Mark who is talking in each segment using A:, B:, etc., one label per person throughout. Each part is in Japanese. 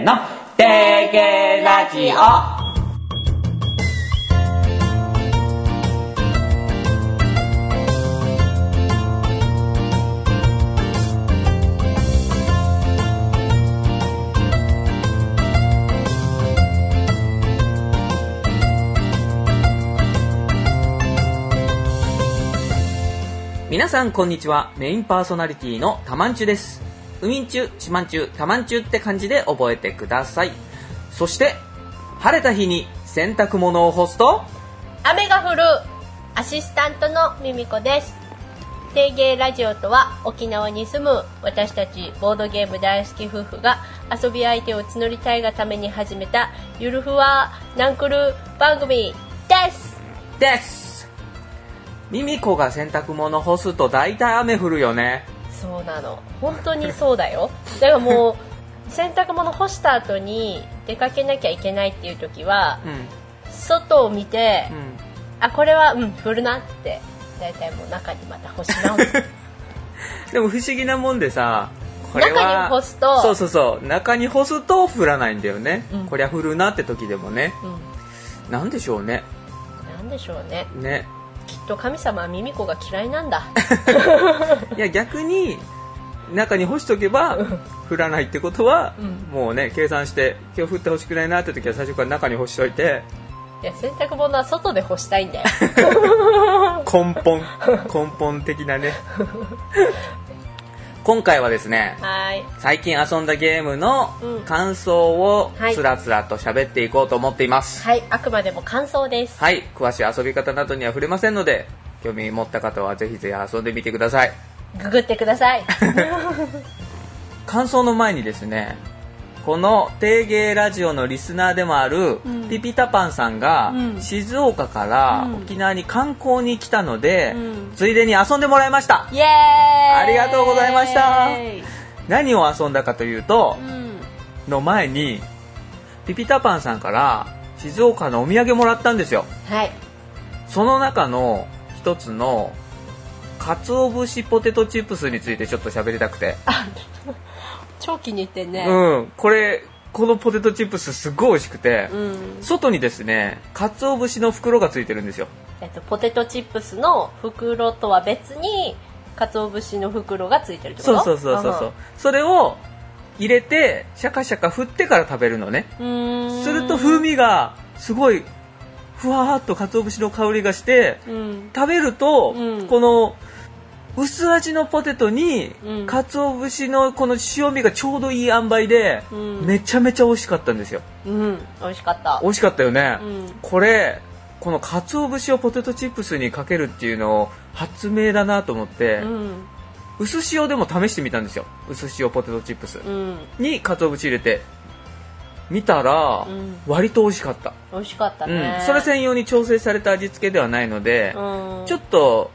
A: の提携ラジオ皆さんこんにちはメインパーソナリティのたまんちゅですうみんちゅちまんちゅたまんちゅって感じで覚えてくださいそして晴れた日に洗濯物を干すと
B: 雨が降るアシスタントのミミコです定芸ラジオとは沖縄に住む私たちボードゲーム大好き夫婦が遊び相手を募りたいがために始めたゆるふわなんくる番組です
A: ですミミコが洗濯物干すと大体雨降るよね
B: そうなの本当にそうだよだからもう洗濯物干した後に出かけなきゃいけないっていう時は
A: うん
B: 外を見て、
A: うん
B: あこれはうん降るなって大体もう中にまた干し直す
A: でも不思議なもんでさこれは
B: 中に干すと
A: そうそうそう中に干すと降らないんだよね、
B: うん
A: こりゃ降るなって時でもね
B: うん
A: なんでしょうね
B: なんでしょうね
A: ね
B: きっと神様はミミコが嫌いなんだ
A: いや逆に中に干しとけば降らないってことは、
B: うん
A: もうね計算して今日降ってほしくないなって時は最初から中に干しといて
B: いや洗濯物は外で干したいん だよ
A: 根 本根本的なね今回はですね
B: はーい
A: 最近遊んだゲームの
B: うん
A: 感想を
B: はい
A: つらつらと喋っていこうと思っています
B: はいあくまでも感想です
A: はい、詳しい遊び方などには触れませんので興味持った方はぜひぜひ遊んでみてください
B: ググってく ださい
A: 感想の前にですねこの定芸ラジオのリスナーでもある、
B: うん
A: ピピタパンさんが、
B: うん
A: 静岡から
B: うん
A: 沖縄に観光に来たので、
B: うん
A: ついでに遊んでもらいました
B: イエーイ
A: ありがとうございました何を遊んだかというと
B: う、ん
A: の前にピピタパンさんから静岡のお土産もらったんですよ
B: はい
A: その中の一つの鰹節ポテトチップスについてちょっと喋りたくて、
B: 超気に入ってんね
A: うん、これこのポテトチップスすごい美味しくて、
B: うん、
A: 外にですね鰹節の袋がついてるんですよ
B: えっと、ポテトチップスの袋とは別に鰹節の袋がついてるってこ
A: そう
B: と
A: そうそうそうそうそれを入れてシャカシャカ振ってから食べるのね
B: うんうーん
A: すると風味がすごいふわーっと鰹節の香りがして
B: うん
A: 食べると、
B: うん
A: この薄味のポテトに、
B: うん
A: 鰹節のこの塩味がちょうどいい塩梅で、
B: うん
A: めちゃめちゃ美味しかったんですよ
B: うん美味しかった
A: 美味しかったよね、
B: うん
A: これこの鰹節をポテトチップスにかけるっていうのを発明だなと思って、
B: うん
A: 薄塩でも試してみたんですよ薄塩ポテトチップス
B: うん
A: に鰹節入れて見たら、
B: うん
A: 割と美味しかった、
B: 美味しかった
A: うん
B: ね、
A: それ専用に調整された味付けではないので、
B: うん
A: ちょっと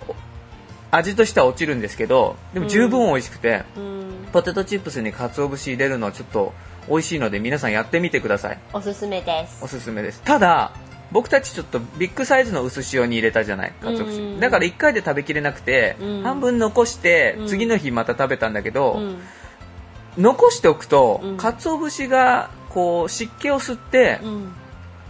A: 味としては落ちるんですけどでも十分美味しくて、
B: うん
A: ポテトチップスに鰹節入れるのはちょっと美味しいので皆さんやってみてください
B: おすすめです
A: おすすめですただ僕たちちょっとビッグサイズの薄塩に入れたじゃない鰹節、
B: うん
A: だから1回で食べきれなくて、
B: うん
A: 半分残して
B: うん
A: 次の日また食べたんだけど、
B: うん
A: 残しておくと、
B: うん
A: 鰹節がこう湿気を吸って
B: うん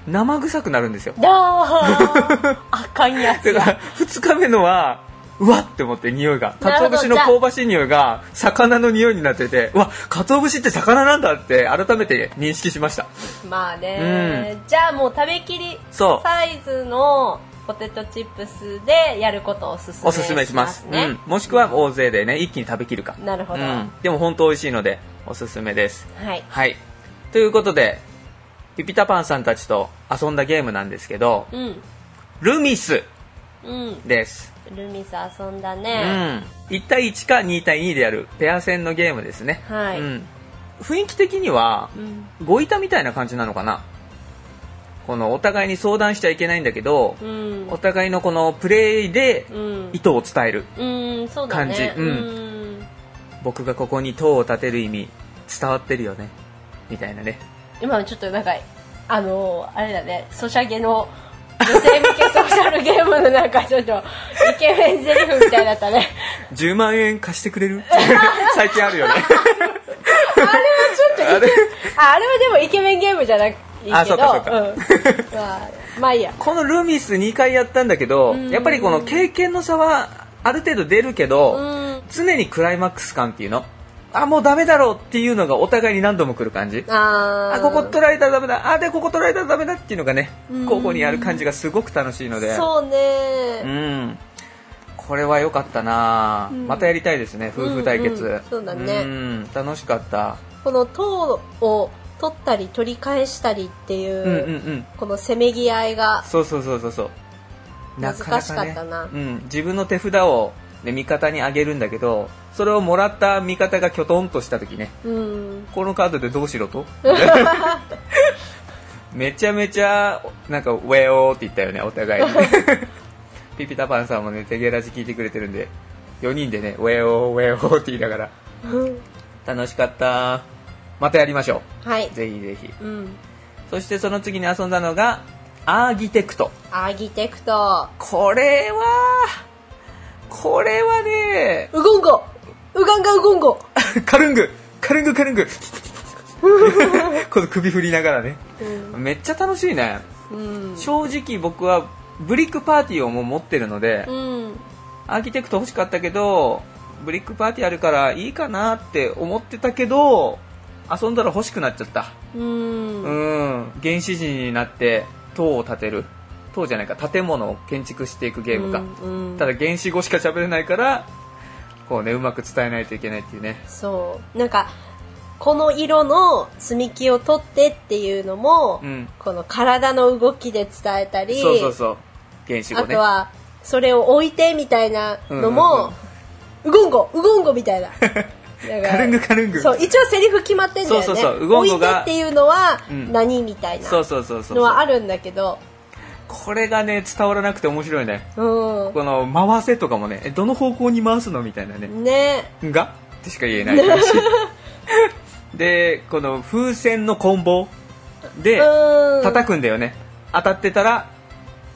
A: 生臭くなるんですよ、
B: だーあかんやつ
A: だか
B: や
A: ら2日目のはうわっって思って匂いが
B: なる
A: 鰹
B: ほど
A: 節の香ばしい匂いが魚の匂いになっててうわ鰹節って魚なんだって改めて認識 しました
B: まあね、じゃあもう食べきり
A: そう
B: サイズのポテトチップスでやることをおすすめ
A: おすすめします
B: ね、
A: うん、もしくは大勢でね一気に食べきるか
B: なるほど
A: うん、でも本当美味しいのでおすすめです
B: はい
A: はいということでピピタパンさんたちと遊んだゲームなんですけど
B: うん
A: ルミス
B: うん
A: です、
B: ルミス遊んだ
A: う
B: ね、
A: ん、1対1か2対2でやるペア戦のゲームですね、
B: はい
A: うん、雰囲気的には
B: うん
A: ご板みたいな感じなのかなこのお互いに相談しちゃいけないんだけど、
B: うん
A: お互いのこのプレイで
B: うん
A: 意図を伝える、
B: うんそうだね
A: 感じうん
B: うん
A: 僕がここに塔を建てる意味伝わってるよねみたいなね
B: 今のちょっとなんかあのーあれだねソシャゲの女性向けソーシャルゲームのなんかちょっとイケメンゼリフみたいだっ たね
A: 10万円貸してくれる最近あるよね
B: あれはちょっ とイケ
A: あれ
B: ああれはでもイケメンゲームじゃないいけど
A: あそうかそうか
B: うんまあ、まあいいや
A: このルミス2回やったんだけど
B: ん
A: やっぱりこの経験の差はある程度出るけど、
B: うん
A: 常にクライマックス感っていうのあもうダメだろうっていうのがお互いに何度も来る感じ
B: あー
A: あここ取られたらダメだあでここ取られたらダメだっていうのがね
B: うん
A: 交互にやる感じがすごく楽しいので
B: そうね
A: うんこれは良かったな、
B: うん
A: またやりたいですね夫婦対決、
B: うんうんそうだね
A: ん楽しかった
B: この塔を取ったり取り返したりってい
A: う
B: う、
A: んうんうん
B: このせめぎ合いが
A: そうそうそうそうそうなかなか
B: 難し
A: ね
B: かったな
A: うん、自分の手札を、ね、味方にあげるんだけどそれをもらった味方がきょとんとした時ね
B: うん
A: このカードでどうしろとめちゃめちゃなんか「ウェオー」って言ったよねお互いにピピタパンさんもね手ゲラジ聞いてくれてるんで4人でね「ウェオーウェオー」って言いながら楽しかったまたやりましょ
B: はい、
A: うぜひぜひ
B: うん、
A: そしてその次に遊んだのがアーギテクト
B: アーギテクト
A: これはこれはね
B: ウゴンゴウガンガウゴンゴ、
A: カルングカルングカルングこの首振りながらね
B: うん
A: めっちゃ楽しいね
B: うん
A: 正直僕はブリックパーティーをもう持ってるので
B: うん
A: アーキテクト欲しかったけどブリックパーティーあるからいいかなって思ってたけど遊んだら欲しくなっちゃった
B: うん
A: うん原始人になって塔を建てる塔じゃないか建物を建築していくゲームか、
B: うんうん
A: ただ原始語しか喋れないからこうねうまく伝えないといけないっていうね
B: そうなんかこの色の積み木を取ってっていうのも、
A: うん
B: この体の動きで伝えたり
A: そうそうそう原始語
B: あ
A: ね
B: とはそれを置いてみたいなのも、ウゴンゴウゴンゴみたいなだから
A: カルングカルング
B: そう一応セリフ決まってんだよね
A: そうそうそうウゴンゴが
B: 置いてっていうのは
A: うん
B: 何、みたいな
A: そうそうそうそう
B: のはあるんだけど
A: これがね伝わらなくて面白いね
B: う
A: この回せとかもねえどの方向に回すのみたいなね
B: んね
A: がってしか言えない感 じでこの風船の棍棒で
B: うん
A: 叩くんだよね当たってたら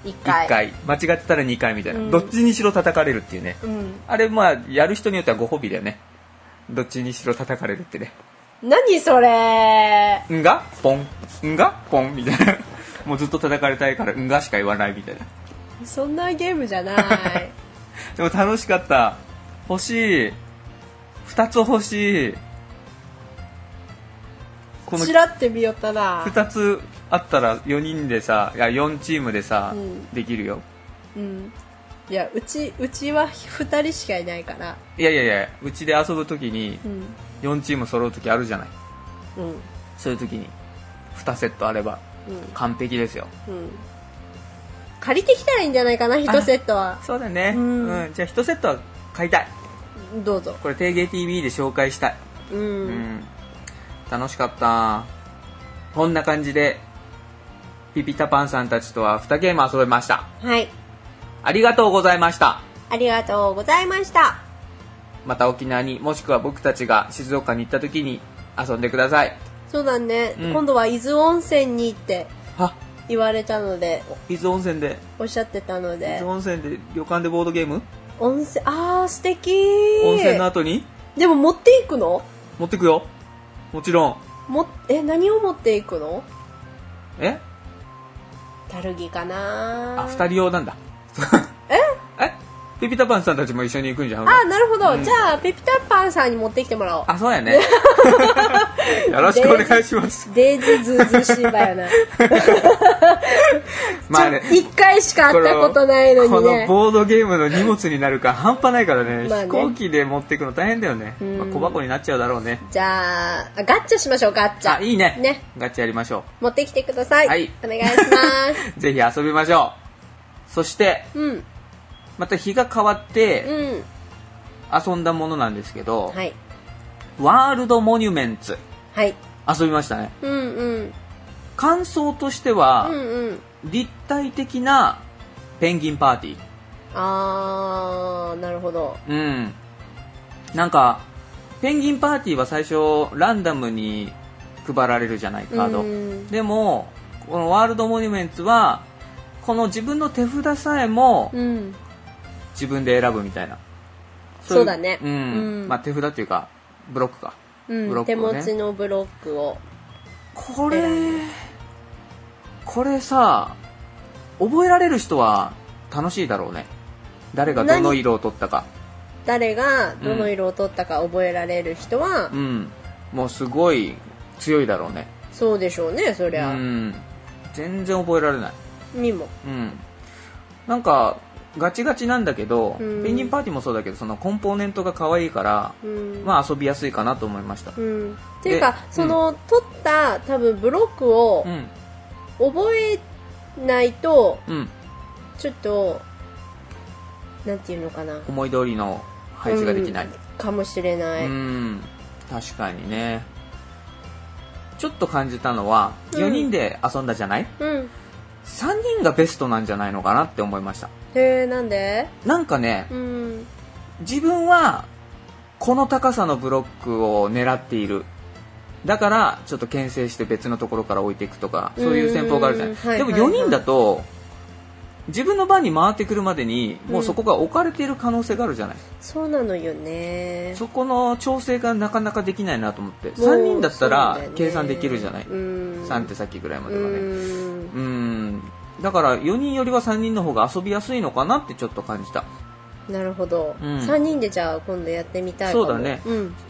B: 一回
A: 1回間違ってたら2回みたいな、
B: うん
A: どっちにしろ叩かれるっていうね
B: うん、
A: あれまあやる人によってはご褒美だよねどっちにしろ叩かれるってね
B: 何それ
A: んがポンんがポンみたいなもうずっと叩かれたいからんがしか言わないみたいな
B: そんなゲームじゃない
A: でも楽しかった欲しい2つ欲しい この
B: ちらって見よったな
A: 2つあったら4人でさいや4チームでさ、
B: うん
A: できるよ
B: うんいやうちうちは2人しかいないから
A: いやいやいやうちで遊ぶ時に
B: うん
A: 4チーム揃う時あるじゃない
B: うん
A: そういう時に2セットあれば
B: う
A: 完璧ですよ
B: んうん借りてきたらいいんじゃないかな1セットは
A: そうだね
B: う
A: うんん、じゃあ1セットは買いたい
B: どうぞ
A: これ定芸 TV で紹介したい
B: うん、
A: うん楽しかったこんな感じでピピタパンさんたちとは2ゲーム遊べました
B: はい
A: ありがとうございました
B: ありがとうございました
A: また沖縄にもしくは僕たちが静岡に行った時に遊んでください
B: そうだね、
A: うん
B: 今度は伊豆温泉にって
A: あ
B: 言われたので
A: 伊豆温泉で
B: おっしゃってたの
A: 伊
B: で
A: 豆温泉で旅館でボードゲーム
B: 温泉あー素敵
A: 温泉の後に
B: でも持っていくの
A: 持ってくよもちろん
B: もえ何を持っていくの
A: え
B: タルギかな
A: あ二人用なんだ ええピピタパンさんたちも一緒に行くんじゃん
B: あなるほど、じゃあペピタパンさんに持ってきてもらおう
A: あそうや ねよろしくお願いします
B: デイジズーズーしいばよな
A: まあね
B: 一回しか会ったことないの
A: こ
B: に
A: の
B: ね
A: ボードゲームの荷物になるか半端ないからね
B: まあね
A: 飛行機で持っていくの大変だよね、
B: うん
A: まあ、小箱になっちゃうだろうね
B: じゃああガッチャしましょうガッチャ
A: あいいね
B: ね
A: ガチやりましょ
B: 持ってきてください、
A: はい
B: お願いします
A: うぜひ遊びましょうそして
B: うん
A: また日が変わって
B: うん
A: 遊んだものなんですけど、
B: はい
A: ワールドモニュメンツ
B: はい
A: 遊びましたね
B: うんうん
A: 感想として
B: う
A: は、
B: んうん
A: 立体的なペンギンパーティー
B: あーなるほど
A: うん。なんか、ペンギンパーティーは最初、ランダムに配られるじゃない、カード。
B: うん
A: でも、このワールドモニュメンツは、この自分の手札さえも
B: うん
A: 自分で選ぶみたいな。い
B: そうだね
A: うん。
B: うん
A: まあ手札というか、ブロックか。
B: う
A: ブロ
B: ん、
A: ック
B: 手
A: を
B: 持
A: ね
B: ちのブロックを
A: これ
B: 選ん
A: これさ覚えられる人は楽しいだろうね誰がどの色を取ったか
B: 誰がどの色を取ったか覚えられる人は、
A: うんもうすごい強いだろうね
B: そうでしょうねそり
A: う
B: ゃ、
A: ん全然覚えられない
B: ミも
A: うんなんかガチガチなんだけど、
B: うん
A: ペンギンパーティーもそうだけどそのコンポーネントが可愛いから、
B: うん、
A: まあ遊びやすいかなと思いました
B: うん、っていうか
A: で
B: その、取った多分ブロックを
A: うん
B: 覚えないと
A: うん
B: ちょっとなんていうのかな
A: 思い通りの配置ができない
B: うん、かもしれない、
A: うん確かにねちょっと感じたのは
B: うん
A: 4人で遊んだじゃない、
B: うん
A: 3人がベストなんじゃないのかなって思いました
B: へえなんで
A: なんかね
B: うん
A: 自分はこの高さのブロックを狙っているだからちょっと牽制して別のところから置いていくとかそういう戦法があるじゃな
B: う
A: い
B: んはい
A: でも
B: はいはい
A: 4人だと自分の番に回ってくるまでにもうそこが置かれている可能性があるじゃない、
B: そうなのよね
A: そこの調整がなかなかできないなと思って
B: もう
A: 3人だった
B: そう
A: ら
B: だよね
A: 計算できるじゃない、
B: うん
A: 3ってさっきぐらいまではね
B: うん
A: うんだから4人よりは3人の方が遊びやすいのかなってちょっと感じた
B: なるほど、
A: うん
B: 3人でじゃあ今度やってみたいかも
A: そうだね
B: ん、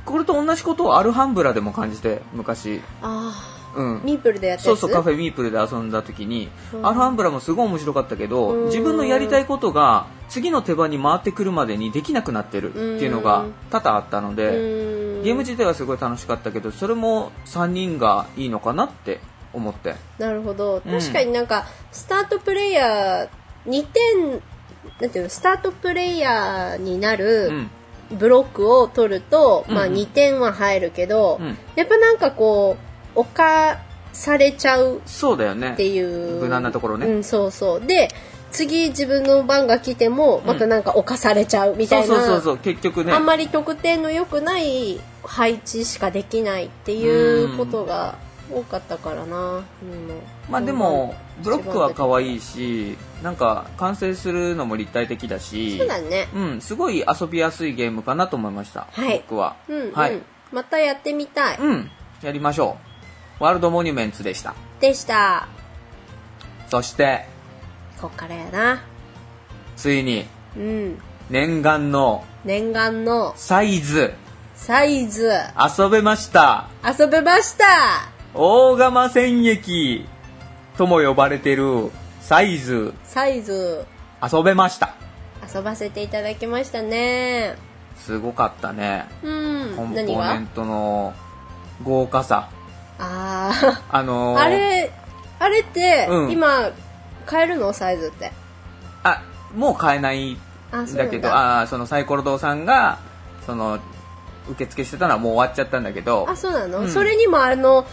A: これと同じことをアルハンブラでも感じて昔
B: あ
A: う
B: あ
A: ん
B: ミープルでやった
A: そ
B: や
A: う
B: つ
A: そうカフェミープルで遊んだ時に、
B: うん
A: アルハンブラもすごい面白かったけ
B: うん
A: ど自分のやりたいことが次の手番に回ってくるまでにできなくなってるっていうのが多々あったの
B: う
A: で、
B: ん
A: ゲーム自体はすごい楽しかったけどそれも3人がいいのかなって思って
B: なるほど
A: うん
B: 確かになんか、スタートプレイヤー2点なんていうのスタートプレイヤーにな
A: う
B: る
A: ん
B: ブロックを取ると、まあ、
A: うんうん
B: 2点は入るけど、
A: うん
B: やっぱなんかこう犯されちゃう
A: そうだよね
B: っていう
A: 無難なところね
B: うん、そうそうで次自分の番が来てもまたなんか犯されちゃうみたいな、
A: そうそうそうそう結局ね
B: あんまり得点の良くない配置しかできないっていうことが多かったからな、うん
A: まあでもブロックは可愛い
B: し
A: しなんか完成するのも立体的だし
B: そうだね
A: うん、すごい遊びやすいゲームかなと思いました、
B: はい
A: 僕は、
B: うん、うん
A: はい、
B: またやってみたい、
A: うん、やりましょうワールドモニュメンツでした
B: でした
A: そして
B: こっからやな
A: ついに
B: うん
A: 念願の
B: 念願の
A: サイズ
B: サイズ
A: 遊べました
B: 遊べました
A: 大釜戦役とも呼ばれてるサイズ
B: サイズ
A: 遊べました
B: 遊ばせていただきましたね
A: すごかったね
B: うん
A: コンポ
B: 何
A: ーネ
B: が
A: ントの豪華さ
B: ああ
A: あのー
B: あれあれって、
A: うん
B: 今買えるのサイズって
A: あもう買えない
B: あそうなん
A: だけどああーそのサイコロ堂さんがその受付してたのはもう終わっちゃったんだけど
B: あそうなの、
A: うん
B: それにもあの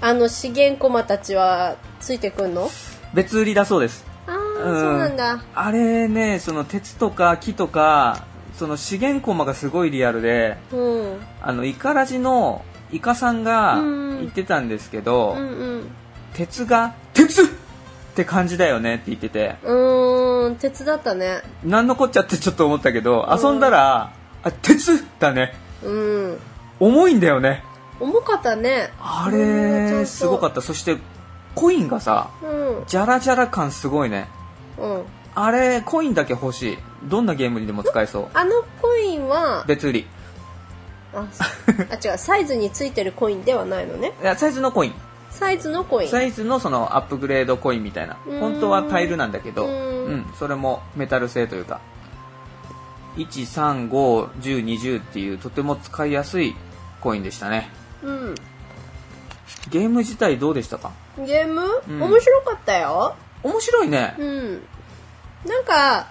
B: あの資源駒たちはついてくんの
A: 別売りだそうです
B: ああ、
A: ん
B: そうなんだ
A: あれねその鉄とか木とかその資源駒がすごいリアルで
B: うんうん
A: あのイカラジのイカさんが
B: うん
A: 言ってたんですけど、
B: うん
A: 鉄が「鉄!」って感じだよねって言ってて
B: うーん鉄だったね
A: なんのこっちゃってちょっと思ったけど
B: うん
A: 遊んだら「あ鉄だね
B: うん
A: 重いんだよね
B: 重かったね
A: あ
B: うんちゃん
A: れ
B: と
A: すごかったそしてコインがさ
B: うん
A: ジャラジャラ感すごいね
B: うん
A: あれコインだけ欲しいどんなゲームにでも使えそ
B: あのコインは
A: う別売り
B: ああ違うサイズについてるコインではないのね
A: いやサイズのコイン
B: サイズのコイン
A: サイズのそのアップグレードコインみたいな
B: うん
A: 本当はタイルなんだけど
B: う
A: うんん、それもメタル製というか135102っていうとても使いやすいコインでしたね
B: うん
A: ゲーム自体どうでしたか
B: ゲーム、
A: うん
B: 面白かったよ
A: 面白いね、
B: うんなんか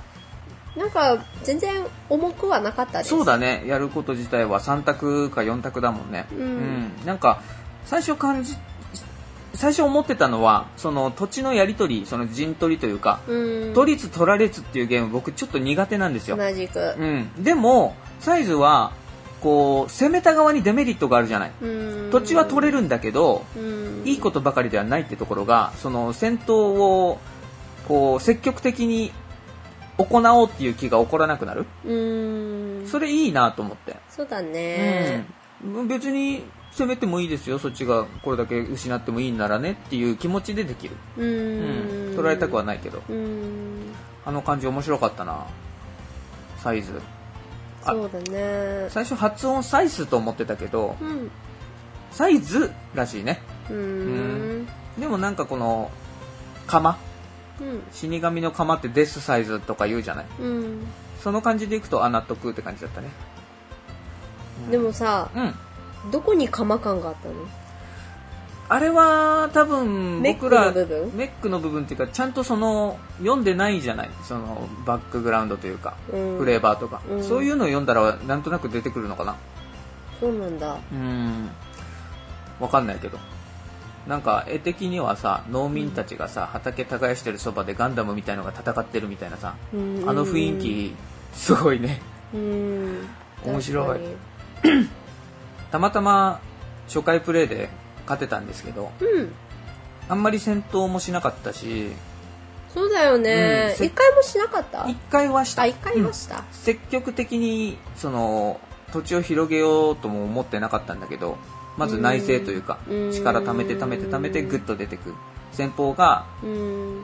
B: なんか全然重くはなかったです
A: そうだねやること自体は3択か4択だもんね
B: うん
A: うん、なんか最初感じ最初思ってたのはその土地のやり取りその陣取りというか、
B: うん
A: 取りつ取られつっていうゲーム僕ちょっと苦手なんですよ、
B: 同じく
A: うん、でもサイズはこう攻めた側にデメリットがあるじゃない
B: うん
A: 土地は取れるんだけど
B: うん
A: いいことばかりではないってところがその戦闘をこう積極的に行おうっていう気が起こらなくなる
B: うん
A: それいいなと思って、
B: そうだ
A: うん
B: ね、
A: 別に攻めてもいいですよそっちがこれだけ失ってもいいんならねっていう気持ちでできる、
B: う
A: う
B: ー
A: ん
B: ん
A: 取られたくは
B: な
A: ないけど
B: うーん
A: あの感じ面白かったなサイズあ
B: そうだね
A: 最初発音サイズと思ってたけど
B: うん
A: サイズらしいね
B: うーん
A: でもなんかこの釜
B: うん
A: 死神の釜ってデスサイズとか言うじゃない
B: うん
A: その感じでいくとあ納得って感じだったね
B: でもさ
A: うん
B: どこに釜感があったの
A: あれは多分
B: メック
A: 僕
B: の
A: ら
B: 部分
A: メックの部分っていうかちゃんとその読んでないじゃないそのバックグラウンドというか、
B: うん
A: フレーバーとか、
B: うん
A: そういうのを読んだらなんとなく出てくるのかな
B: そうなんだ
A: うんわかんないけどなんか絵的にはさ農民たちがさ、畑耕してるそばでガンダムみたいのが戦ってるみたいなさ、
B: うん
A: あの雰囲気すごいね
B: うん
A: 面白い
B: 確
A: たまたま初回プレイで勝てたんですけど
B: かにうん
A: あんまり戦闘もしなかったし
B: そうだよね
A: うん
B: 一回もしなかった
A: 1回はした
B: あ一回ました
A: 積極的にその土地を広げようとも思ってなかったんだけどまず内政というか
B: うん
A: 力貯めて貯めて貯めてグッと出てく戦法が
B: うん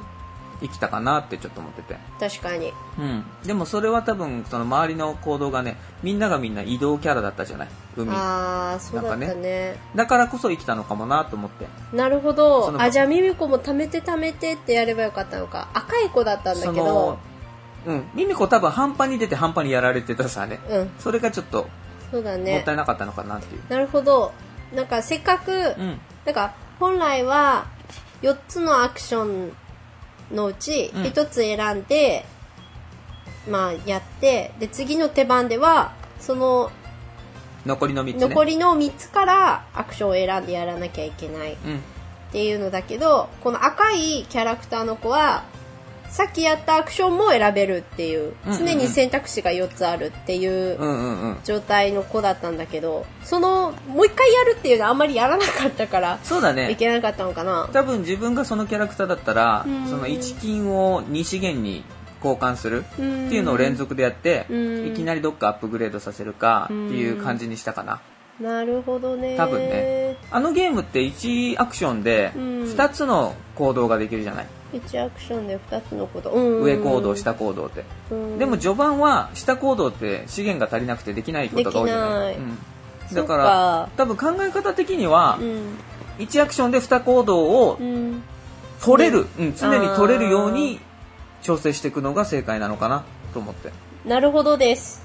A: 生きたかなってちょっと思ってて、
B: 確かに
A: うん、でもそれは多分その周りの行動がねみんながみんな移動キャラだったじゃない海
B: ああそうだ
A: な
B: った
A: んか
B: ね
A: だからこそ生きたのかもなと思って
B: なるほ
A: そ
B: ど
A: の
B: あじゃあミミコも貯めて貯めてってやればよかったのか赤い子だったんだ
A: そ
B: けど
A: のうんミミコ多分半端に出て半端にやられてたさね
B: うん
A: それがちょっと
B: そうだ
A: もっ
B: ね
A: たいなかったのかなっていう、
B: なるほどなんかせっかく、
A: うん
B: なんか本来は4つのアクションのうち
A: うん
B: 1つ選んで、まあやってで次の手番ではその
A: 残りの3つね
B: 残りの3つからアクションを選んでやらなきゃいけない
A: うん
B: っていうのだけどこの赤いキャラクターの子はさっきやったアクションも選べるっていう
A: うんうんうん
B: 常に選択肢が4つあるっていう
A: うんうんうん
B: 状態の子だったんだけどそのもう一回やるっていうのはあんまりやらなかったから
A: そうだね
B: いけなかったのかな
A: 多分自分がそのキャラクターだったら
B: うん
A: その1金を2資源に交換するって
B: うん
A: いうのを連続でやって
B: うん
A: いきなりどっかアップグレードさせるかって
B: うん
A: いう感じにしたかな
B: なるほどね
A: 多分ねあのゲームって1アクションで
B: うん
A: 2つの行動ができるじゃない
B: 1アクションで2つのこと、うん
A: 上行動下行動って
B: うん
A: でも序盤は下行動って資源が足りなくてできないことが多いじゃない
B: できない
A: うんだから多分考え方的には
B: うん
A: 1アクションで2行動を
B: うん
A: 取れる、うん、常に取れるように調整していくのが正解なのかなと思って
B: なるほどです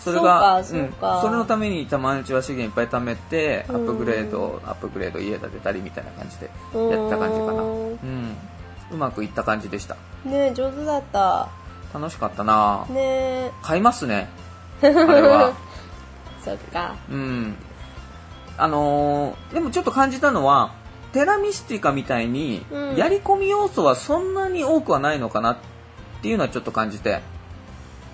A: それが
B: そうかそうか
A: ん、それのためにたまにちは資源いっぱい貯めてア
B: うん
A: ップグレードアップグレード家建てたりみたいな感じでやった感じかな
B: うん
A: うんうまくいった感じでした
B: ね上手だった
A: 楽しかったな
B: ね
A: 買いますねあれ は
B: そっか
A: うんあのーでもちょっと感じたのはテラミスティカみたいに
B: うん
A: やり込み要素はそんなに多くはないのかなっていうのはちょっと感じて、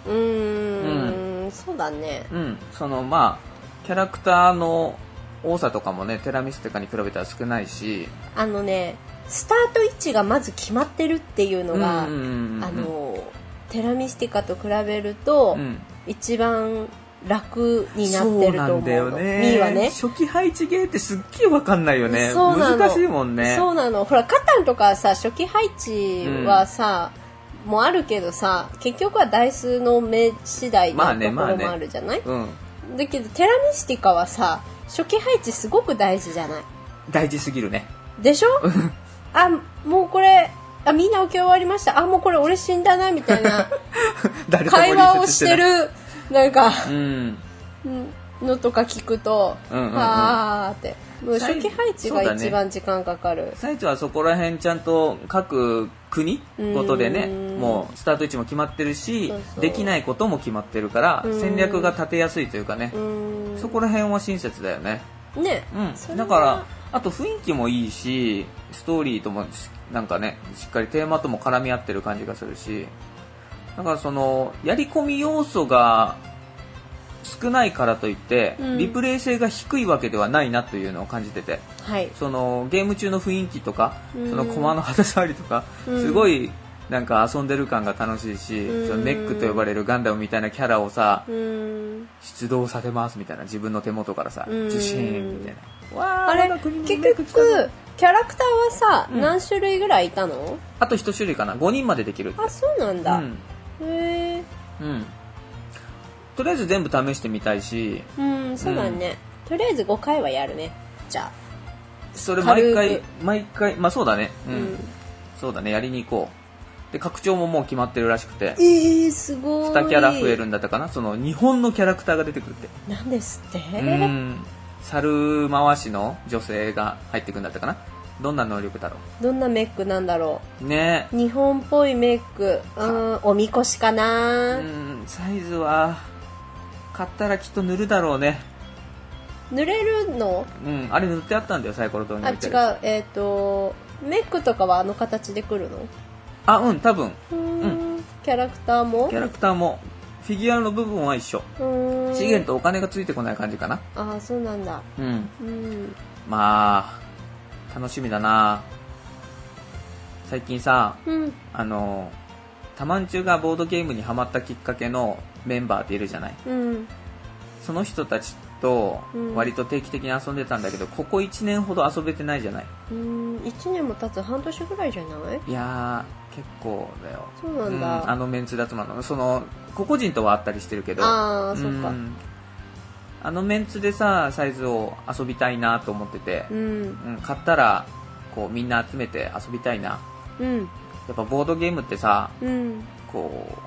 B: うーんそうだね
A: うん、そのまあキャラクターの多さとかもねテラミスティカに比べたら少ないし
B: あのねスタート位置がまず決まってるっていうのが、
A: うんうんうんうん
B: あのテラミスティカと比べると、
A: うん
B: 一番楽になってると思うの
A: そうなんだよね
B: ミーはね
A: 初期配置ゲーってすっげえ分かんないよね
B: そうなの
A: 難しいもんね
B: そうなのほらカタンとかさ初期配置はさ、もあるけどさ結局はダイスの目次第
A: まあ
B: なと
A: ね
B: こ
A: まあ
B: ろ
A: ね
B: もあるじゃない、
A: うん
B: だけどテラミスティカはさ初期配置すごく大事じゃない
A: 大事すぎるね
B: でしょあもうこれあみんな受け終わりましたあもうこれ俺死んだなみた いな
A: 誰とも
B: 会話を
A: 隣接
B: して
A: ない
B: るなんか
A: うん
B: のとか聞くと、
A: うんうんうん
B: あーってもう初期配置
A: そうだ
B: が
A: ね
B: 一番時間かかる、
A: 最初はそこら辺ちゃんと各国ごとでね
B: うん
A: もうスタート位置も決まってるし
B: そうそう
A: できないことも決まってるから
B: うん
A: 戦略が立てやすいというかね
B: うーん
A: そこら辺は親切だよね
B: ね、そ
A: うんだ
B: れは
A: からあと雰囲気もいいしストーリーともしなんかねしっかりテーマとも絡み合ってる感じがするしだからそのやり込み要素が少ないからといって、
B: うん
A: リプレイ性が低いわけではないなというのを感じてて
B: はい
A: そのゲーム中の雰囲気とか、
B: うん
A: その駒の肌触りとか、
B: うん
A: すごいなんか遊んでる感が楽しいし、
B: うん
A: そのネックと呼ばれるガンダムみたいなキャラをさ、
B: うん
A: 出動させますみたいな自分の手元からさ、
B: うん
A: ズシーンみたいなわー
B: あれ
A: なんか国の
B: 結
A: メイク来た
B: 局キャラクターはさ、
A: うん
B: 何種類ぐらいいたの
A: あと一種類かな5人までできるって
B: あそうなんだ、へえ
A: うん、うん、とりあえず全部試してみたいし
B: うんそうだね、とりあえず5回はやるねじゃあ
A: それ
B: 軽
A: 毎
B: く
A: 回毎回まあそうだねうん、
B: うん
A: そうだねやりに行こうで拡張ももう決まってるらしくて
B: えー、すごい
A: 2キャラ増えるんだったかなその日本のキャラクターが出てくるって
B: なんですって
A: うん猿回しの女性が入ってくんだったかなどんな能力だろ
B: どんなメイクなんだろ
A: うね
B: う日本っぽいメイクうんおみこしか
A: えう
B: な、
A: んサイズは買ったらきっと塗るだろうね
B: 塗れるの
A: うんあれ塗ってあったんだよサイコロとに
B: あ違
A: 置いてる
B: うえっ、とメイクとかはあの形でくるの
A: あうん多分
B: うーんキャラクターも
A: キャラクターもフィギュアの部分は一緒
B: うーん
A: 資源とお金がついてこない感じかな
B: ああそうなんだ
A: うん
B: うん
A: まあ楽しみだな最近さ
B: うん
A: あのタマンチュがボードゲームにハマったきっかけのメンバーっているじゃない
B: うん
A: その人たちと
B: うん
A: 割と定期的に遊んでたんだけど、ここ1年ほど遊べてないじゃないう
B: ーん1年も経つ半年ぐらいじゃない
A: いやー結構だよ
B: そうなんだ、
A: うんあのメンツだとなのその個々人とは会ったりしてるけど
B: あーそっか
A: んあのメンツでさサイズを遊びたいなと思ってて
B: う、ん
A: うん買ったらこうみんな集めて遊びたいな
B: うん
A: やっぱボードゲームってさ
B: うん
A: こう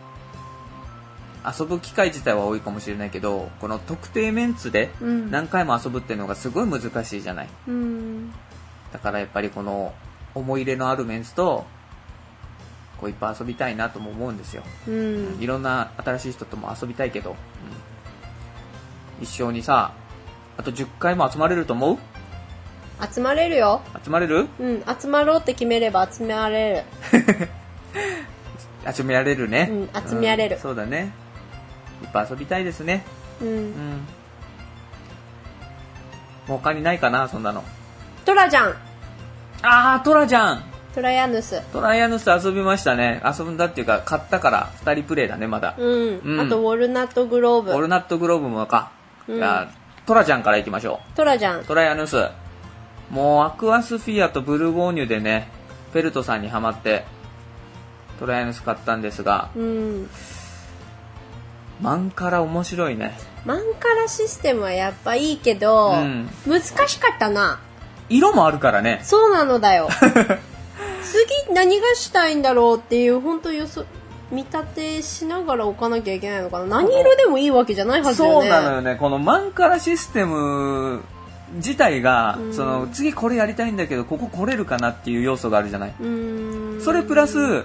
A: 遊ぶ機会自体は多いかもしれないけどこの特定メンツで
B: うん
A: 何回も遊ぶっていうのがすごい難しいじゃない
B: うん
A: だからやっぱりこの思い入れのあるメンツとこういっぱい遊びたいなとも思うんですよ
B: うん
A: いろんな新しい人とも遊びたいけど、うん一緒にさあと10回も集まれると思う
B: 集まれるよ
A: 集まれる
B: うん集まろうって決めれば集められ
A: 集められるね、
B: うん集められる
A: うんそうだねいっぱい遊びたいですね
B: るうん
A: うんもう他にないかなそんなの
B: トラじゃん
A: ああトラじゃん
B: トライアヌス
A: トライアヌス遊びましたね遊んだっていうか買ったから2人プレイだねまだ、
B: うん、
A: うん
B: あとウォルナットグロー
A: オル
B: ブ
A: ナットグローブもか、
B: うん
A: じゃあトラちゃんからいきましょ
B: トラじゃん
A: うトライアヌスもうアクアスフィアとブルゴーニュでねフェルトさんにはまってトライアヌス買ったんですが
B: うん
A: マンカラ面白いね
B: マンカラシステムはやっぱいいけど、
A: うん
B: 難しかったな
A: 色もあるからね
B: そうなの だよ次何がしたいんだろうっていう本当予想見立てしながら置かなきゃいけないのかな何色でもいいわけじゃないはずだよ
A: そ
B: ね
A: うなのよねこのマンカラシステム自体が、
B: うん
A: その次これやりたいんだけどここ来れるかなっていう要素があるじゃない、
B: うん
A: それプラス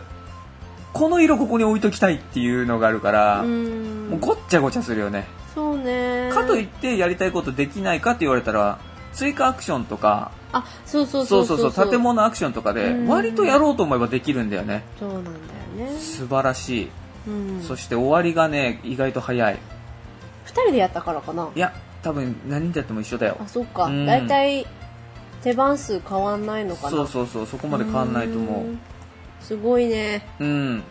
A: この色ここに置いときたいっていうのがあるから、
B: うん
A: もうごっちゃごちゃするよね
B: そうね
A: かといってやりたいことできないかって言われたら追加アクションとか
B: あそうそう
A: そ
B: そうう
A: そうそう建物アクションとかで
B: うん
A: 割とやろうと思えばできるんだよね
B: そうなんだよね、
A: 素晴らしい、
B: うん、
A: そ
B: 2
A: して終わりがね意外と早い
B: 人でやったからかない
A: や多分何人でやっても一緒だよ
B: あそっか
A: うん
B: 大体手番数変わんないのかな
A: そうそうそうそこまで変わんないと思
B: んすごいね
A: ううん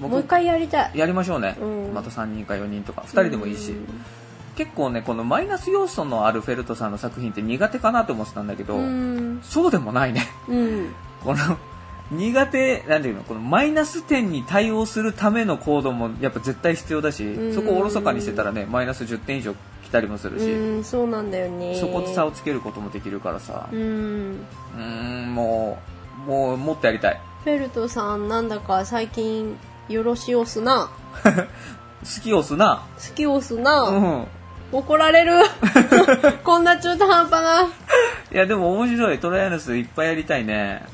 A: 僕
B: もう一回やりたい
A: やりましょうね、
B: うん
A: また3人か4人とか2人でもいいし結構ねこのマイナス要素のあるフェルトさんの作品って苦手かなと思ってたんだけど、
B: うん
A: そうでもないね
B: うん
A: この苦手なんていうのこのマイナス点に対応するための行動もやっぱ絶対必要だし、
B: うん
A: そこをおろそかにしてたらねマイナス10点以上来たりもするし、
B: うんそうなんだよね
A: そこと差をつけることもできるからさ
B: う、ん
A: うーんもうもうもっとやりたい
B: フェルトさんなんだか最近よろしおすな
A: 好きをすな、
B: 好きおす
A: う、
B: なん怒ら れる こんな中途半端
A: いやでも面白いトライアヌスいっぱいやりたいね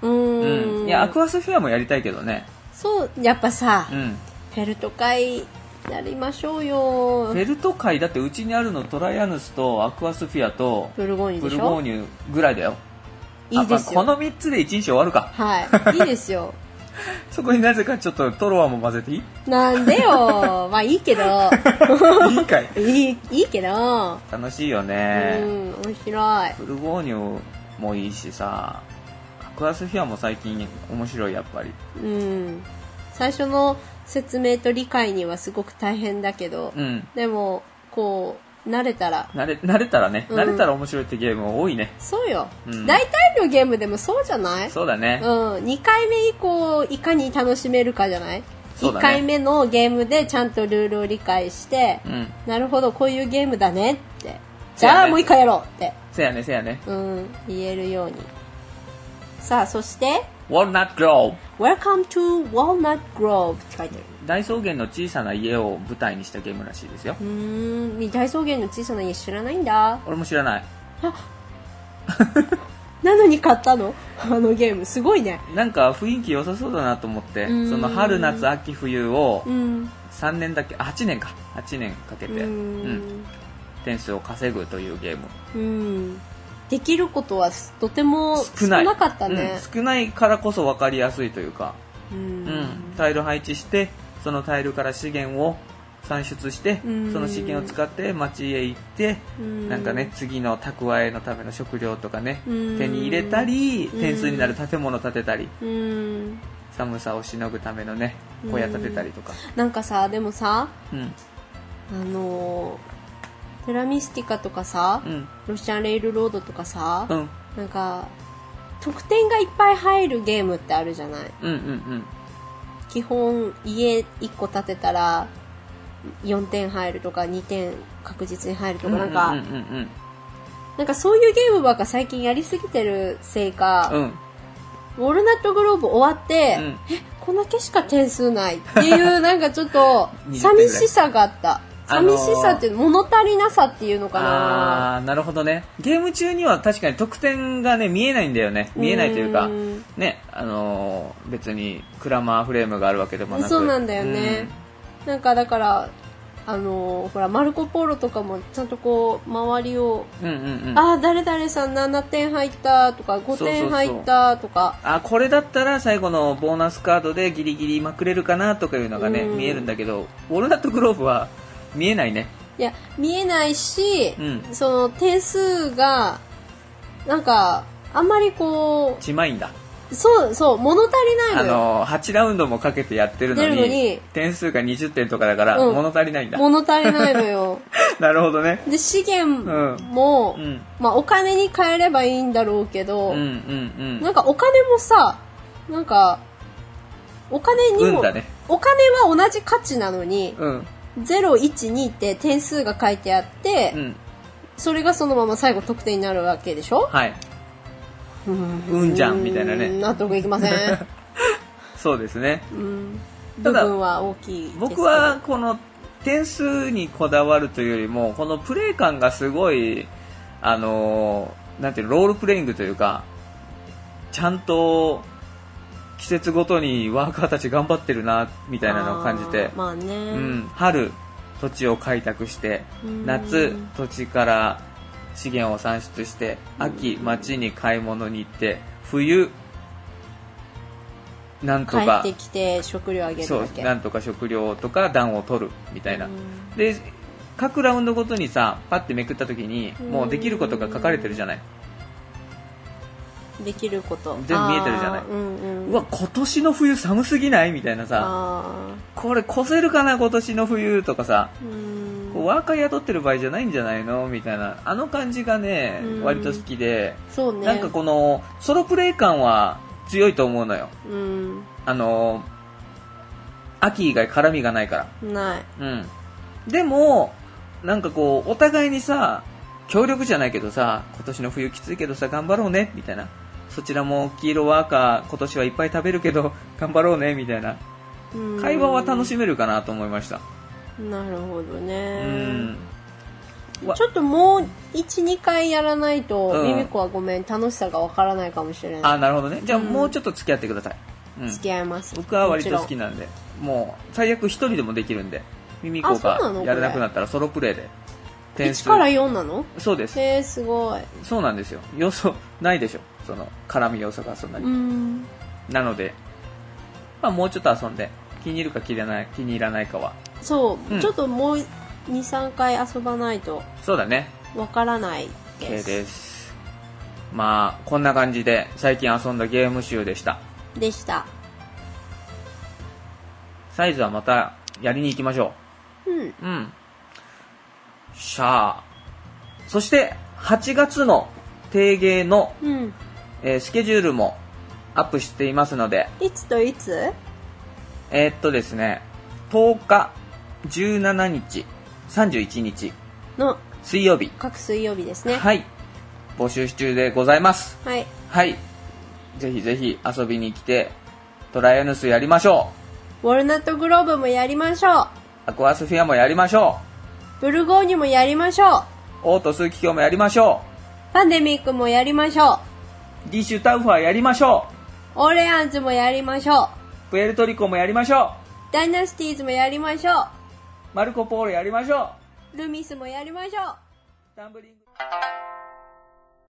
B: な
A: う
B: うんん
A: いやアクアスフィアもやりたいけどね
B: そうやっぱさ
A: うん
B: フェルト会やりましょうよ
A: フェルト界だってうちにあるのトライアヌスとアクアスフィアと
B: ブルゴーニュ
A: ブ
B: でし
A: ルゴー
B: ょ
A: ニュぐらいだよ
B: いいです
A: あ
B: よ
A: まあこの3つで1日終わるか
B: はいいいですよ
A: そこになぜかちょっとトロワも混ぜ ていい
B: なん でよ。まあいいけど。
A: いいかい
B: いい、いいけど。
A: 楽しいよ
B: う
A: ね
B: ん、面白い。
A: ブルゴーニュもいいしさアクラスフィアも最近面白いやっぱり
B: うん最初の説明と理解にはすごく大変だけど、
A: うん
B: でもこう慣れたら
A: 慣れ慣れたらね
B: うん
A: 慣れたら面白いってゲーム多いね、
B: そうよ、
A: うん
B: 大体のゲームでもそうじゃない
A: そうだね
B: うん、2回目以降いかに楽しめるかじゃない、
A: そうだね
B: 1回目のゲームでちゃんとルールを理解して、
A: うん
B: なるほどこういうゲームだねってじ
A: そうやね
B: ゃあもう一回やろうって、
A: せやねせやね
B: うん、言えるようにさあそして
A: ウォールナットグローブ
B: 「Welcome to Walnut Grove」って書いてある
A: 大草原の小さな家を舞台にしたゲームらしいですよ
B: うーん大草原の小さな家知らないんだ
A: 俺も知らない
B: なのに買ったのあのゲームすごいね
A: なんか雰囲気良さそうだなと思って
B: うん
A: その春夏秋冬を
B: うん
A: 3年だっけあ8年か8年かけ
B: う
A: てうん
B: ん、
A: 点数を稼ぐというゲーム
B: うん、できることはすとても
A: 少ない
B: かったね
A: うん少ないからこそ分かりやすいというか、
B: う
A: うん
B: ん
A: タイル配置してそのタイルから資源を算出して、
B: うん
A: その資源を使って町へ行って、
B: うん
A: なんかね次の蓄えのための食料とかね、
B: うん
A: 手に入れたり
B: うん
A: 点数になる建物建てたり
B: うん
A: 寒さをしのぐためのね小屋建てたりとか、
B: なんかさでもさ
A: うん
B: あのーテラミスティカとかさ、
A: うん
B: ロシアンレールロードとかさ、
A: うん、
B: なんか得点がいっぱい入るゲームってあるじゃない
A: うんうん
B: 基本家1個建てたら4点入るとか2点確実に入ると
A: うん
B: かなんか、
A: うんうん
B: なんかそういうゲームばっか最近やりすぎてるせいか、
A: うんうん
B: ウォルナットグローブ終わって、
A: うん
B: えこんだけしか点数ないってい うなんかちょっと
A: 20
B: 寂しさがあった
A: あの
B: 寂
A: ー
B: しさって物足りなさっていうのかな
A: あーなるほどねゲーム中には確かに得点がね見えないんだよね見えないというか
B: うん
A: ねあのー別にクラマーフレームがあるわけでもなく
B: そうなんだよね、なんかだからあのーほらマルコ・ポーロとかもちゃんとこう周りを
A: うん、うんうんうんあ
B: ああ誰々さん7点入ったとか5
A: そうそうそ
B: 点
A: う
B: 入ったとか
A: これだったら最後のボーナスカードでギリギリまくれるかなとかいうのがね、
B: うん
A: 見えるんだけどウォルナットグローブは見えないね
B: いや見えないし、
A: うん
B: その点数がなんかあんまりこ
A: ちまいんだ
B: うそうそう物足りな
A: あ
B: いのよ
A: のー8ラウンドもかけてやってるのに
B: 出るのに
A: 点数が20点とかだから
B: うん
A: 物足りないんだ、
B: 物足りない のよ
A: なるほどね
B: で資源も、
A: うん
B: まあ、お金に換えればいいんだろうけ
A: うん
B: ど、
A: うんうん
B: なんかお金もさなんかお金にも、
A: 運だね
B: お金は同じ価値なのに、
A: うん
B: 012って点数が書いてあって、
A: うん
B: それがそのまま最後得点になるわけでしょ
A: はい
B: うん
A: うんじゃんみたいな
B: う
A: ね
B: ん納得いきま せん
A: そうですね
B: うん
A: た
B: 部
A: だ
B: 分は大きいですけど
A: 僕はこの点数にこだわるというよりもこのプレー感がすごいあのーなんていうのロールプレイングというかちゃんと季節ごとにワーカーたち頑張ってるなみたいなのを感じて
B: あー、まあね、
A: うん、春土地を開拓して
B: うん
A: 夏土地から資源を産出して秋町に買い物に行って冬なんと
B: 帰
A: か
B: ってきて食料あげる
A: そ
B: だ
A: う
B: け
A: なんとか食料とか暖を取るみたいな、
B: うん
A: で各ラウンドごとにさパッてめくった時にもうできることが書かれてるじゃない、
B: できること
A: 全部見えてるじゃない
B: あーうんうん
A: うわ今年の冬寒すぎないみたいなさ
B: あ
A: これ越せるかな今年の冬とかさ
B: ーうん
A: こうワーカー雇ってる場合じゃないんじゃないのみたいなあの感じがね
B: うん
A: 割と好きで、
B: そうね
A: なんかこのソロプレイ感は強いと思うのよ
B: うん
A: あの秋以外絡みがないから
B: ない
A: うん、でもなんかこうお互いにさ協力じゃないけどさ今年の冬きついけどさ頑張ろうねみたいなそちらも黄色ワーカー今年はいっぱい食べるけど 頑張ろうねみたいな
B: うん
A: 会話は楽しめるかなと思いました
B: なるほど
A: う
B: ね
A: んわ
B: ちょっともう12回やらないと、
A: うん
B: ミミコはごめん楽しさがわからないかもしれない
A: あなるほどねじゃあ
B: うん
A: もうちょっと付き合ってください、うん、
B: 付き合います
A: 僕は割と好き
B: も
A: なんでもう最悪一人でもできるんで耳効果
B: あそうなの
A: やれなくなったらソロプレイで
B: ちろん1から4なの
A: そうです
B: へえすごい
A: そうなんですよ要素ないでしょその絡み要素がそんなに
B: うん
A: なので、まあ、もうちょっと遊んで気に入るか気に入らない気に入らないかは
B: そう、
A: うん
B: ちょっともう23回遊ばないと
A: そうだね
B: わからない
A: 系
B: です
A: ですまあこんな感じで最近遊んだゲーム集でした
B: でした
A: サイズはまたやりに行きましょ
B: うん
A: ううんしゃあそして8月の定芸の、
B: うん
A: えースケジュールもアップしていますので
B: いつといつ
A: えーっとですね10日17日31日
B: の
A: 水曜日、
B: 各水曜日ですねはい、
A: はい募集中でございますはいぜひぜひ遊びに来てトライアヌスやりましょ
B: ウォルナットグローブもやりましょう
A: うアクアスフィアもやりましょ
B: ブルゴーニュもやりましょう
A: うオート数奇鏡もやりましょ
B: パンデミックもやりましょ
A: うディッシュタウファーやりましょ
B: うオーレアンズもやりましょう
A: うプエルトリコもやりましょ
B: ダイナスティーズもやりましょ
A: うマルコ・ポーロやりましょ
B: うルミスもやりましょう
A: うスタンブリング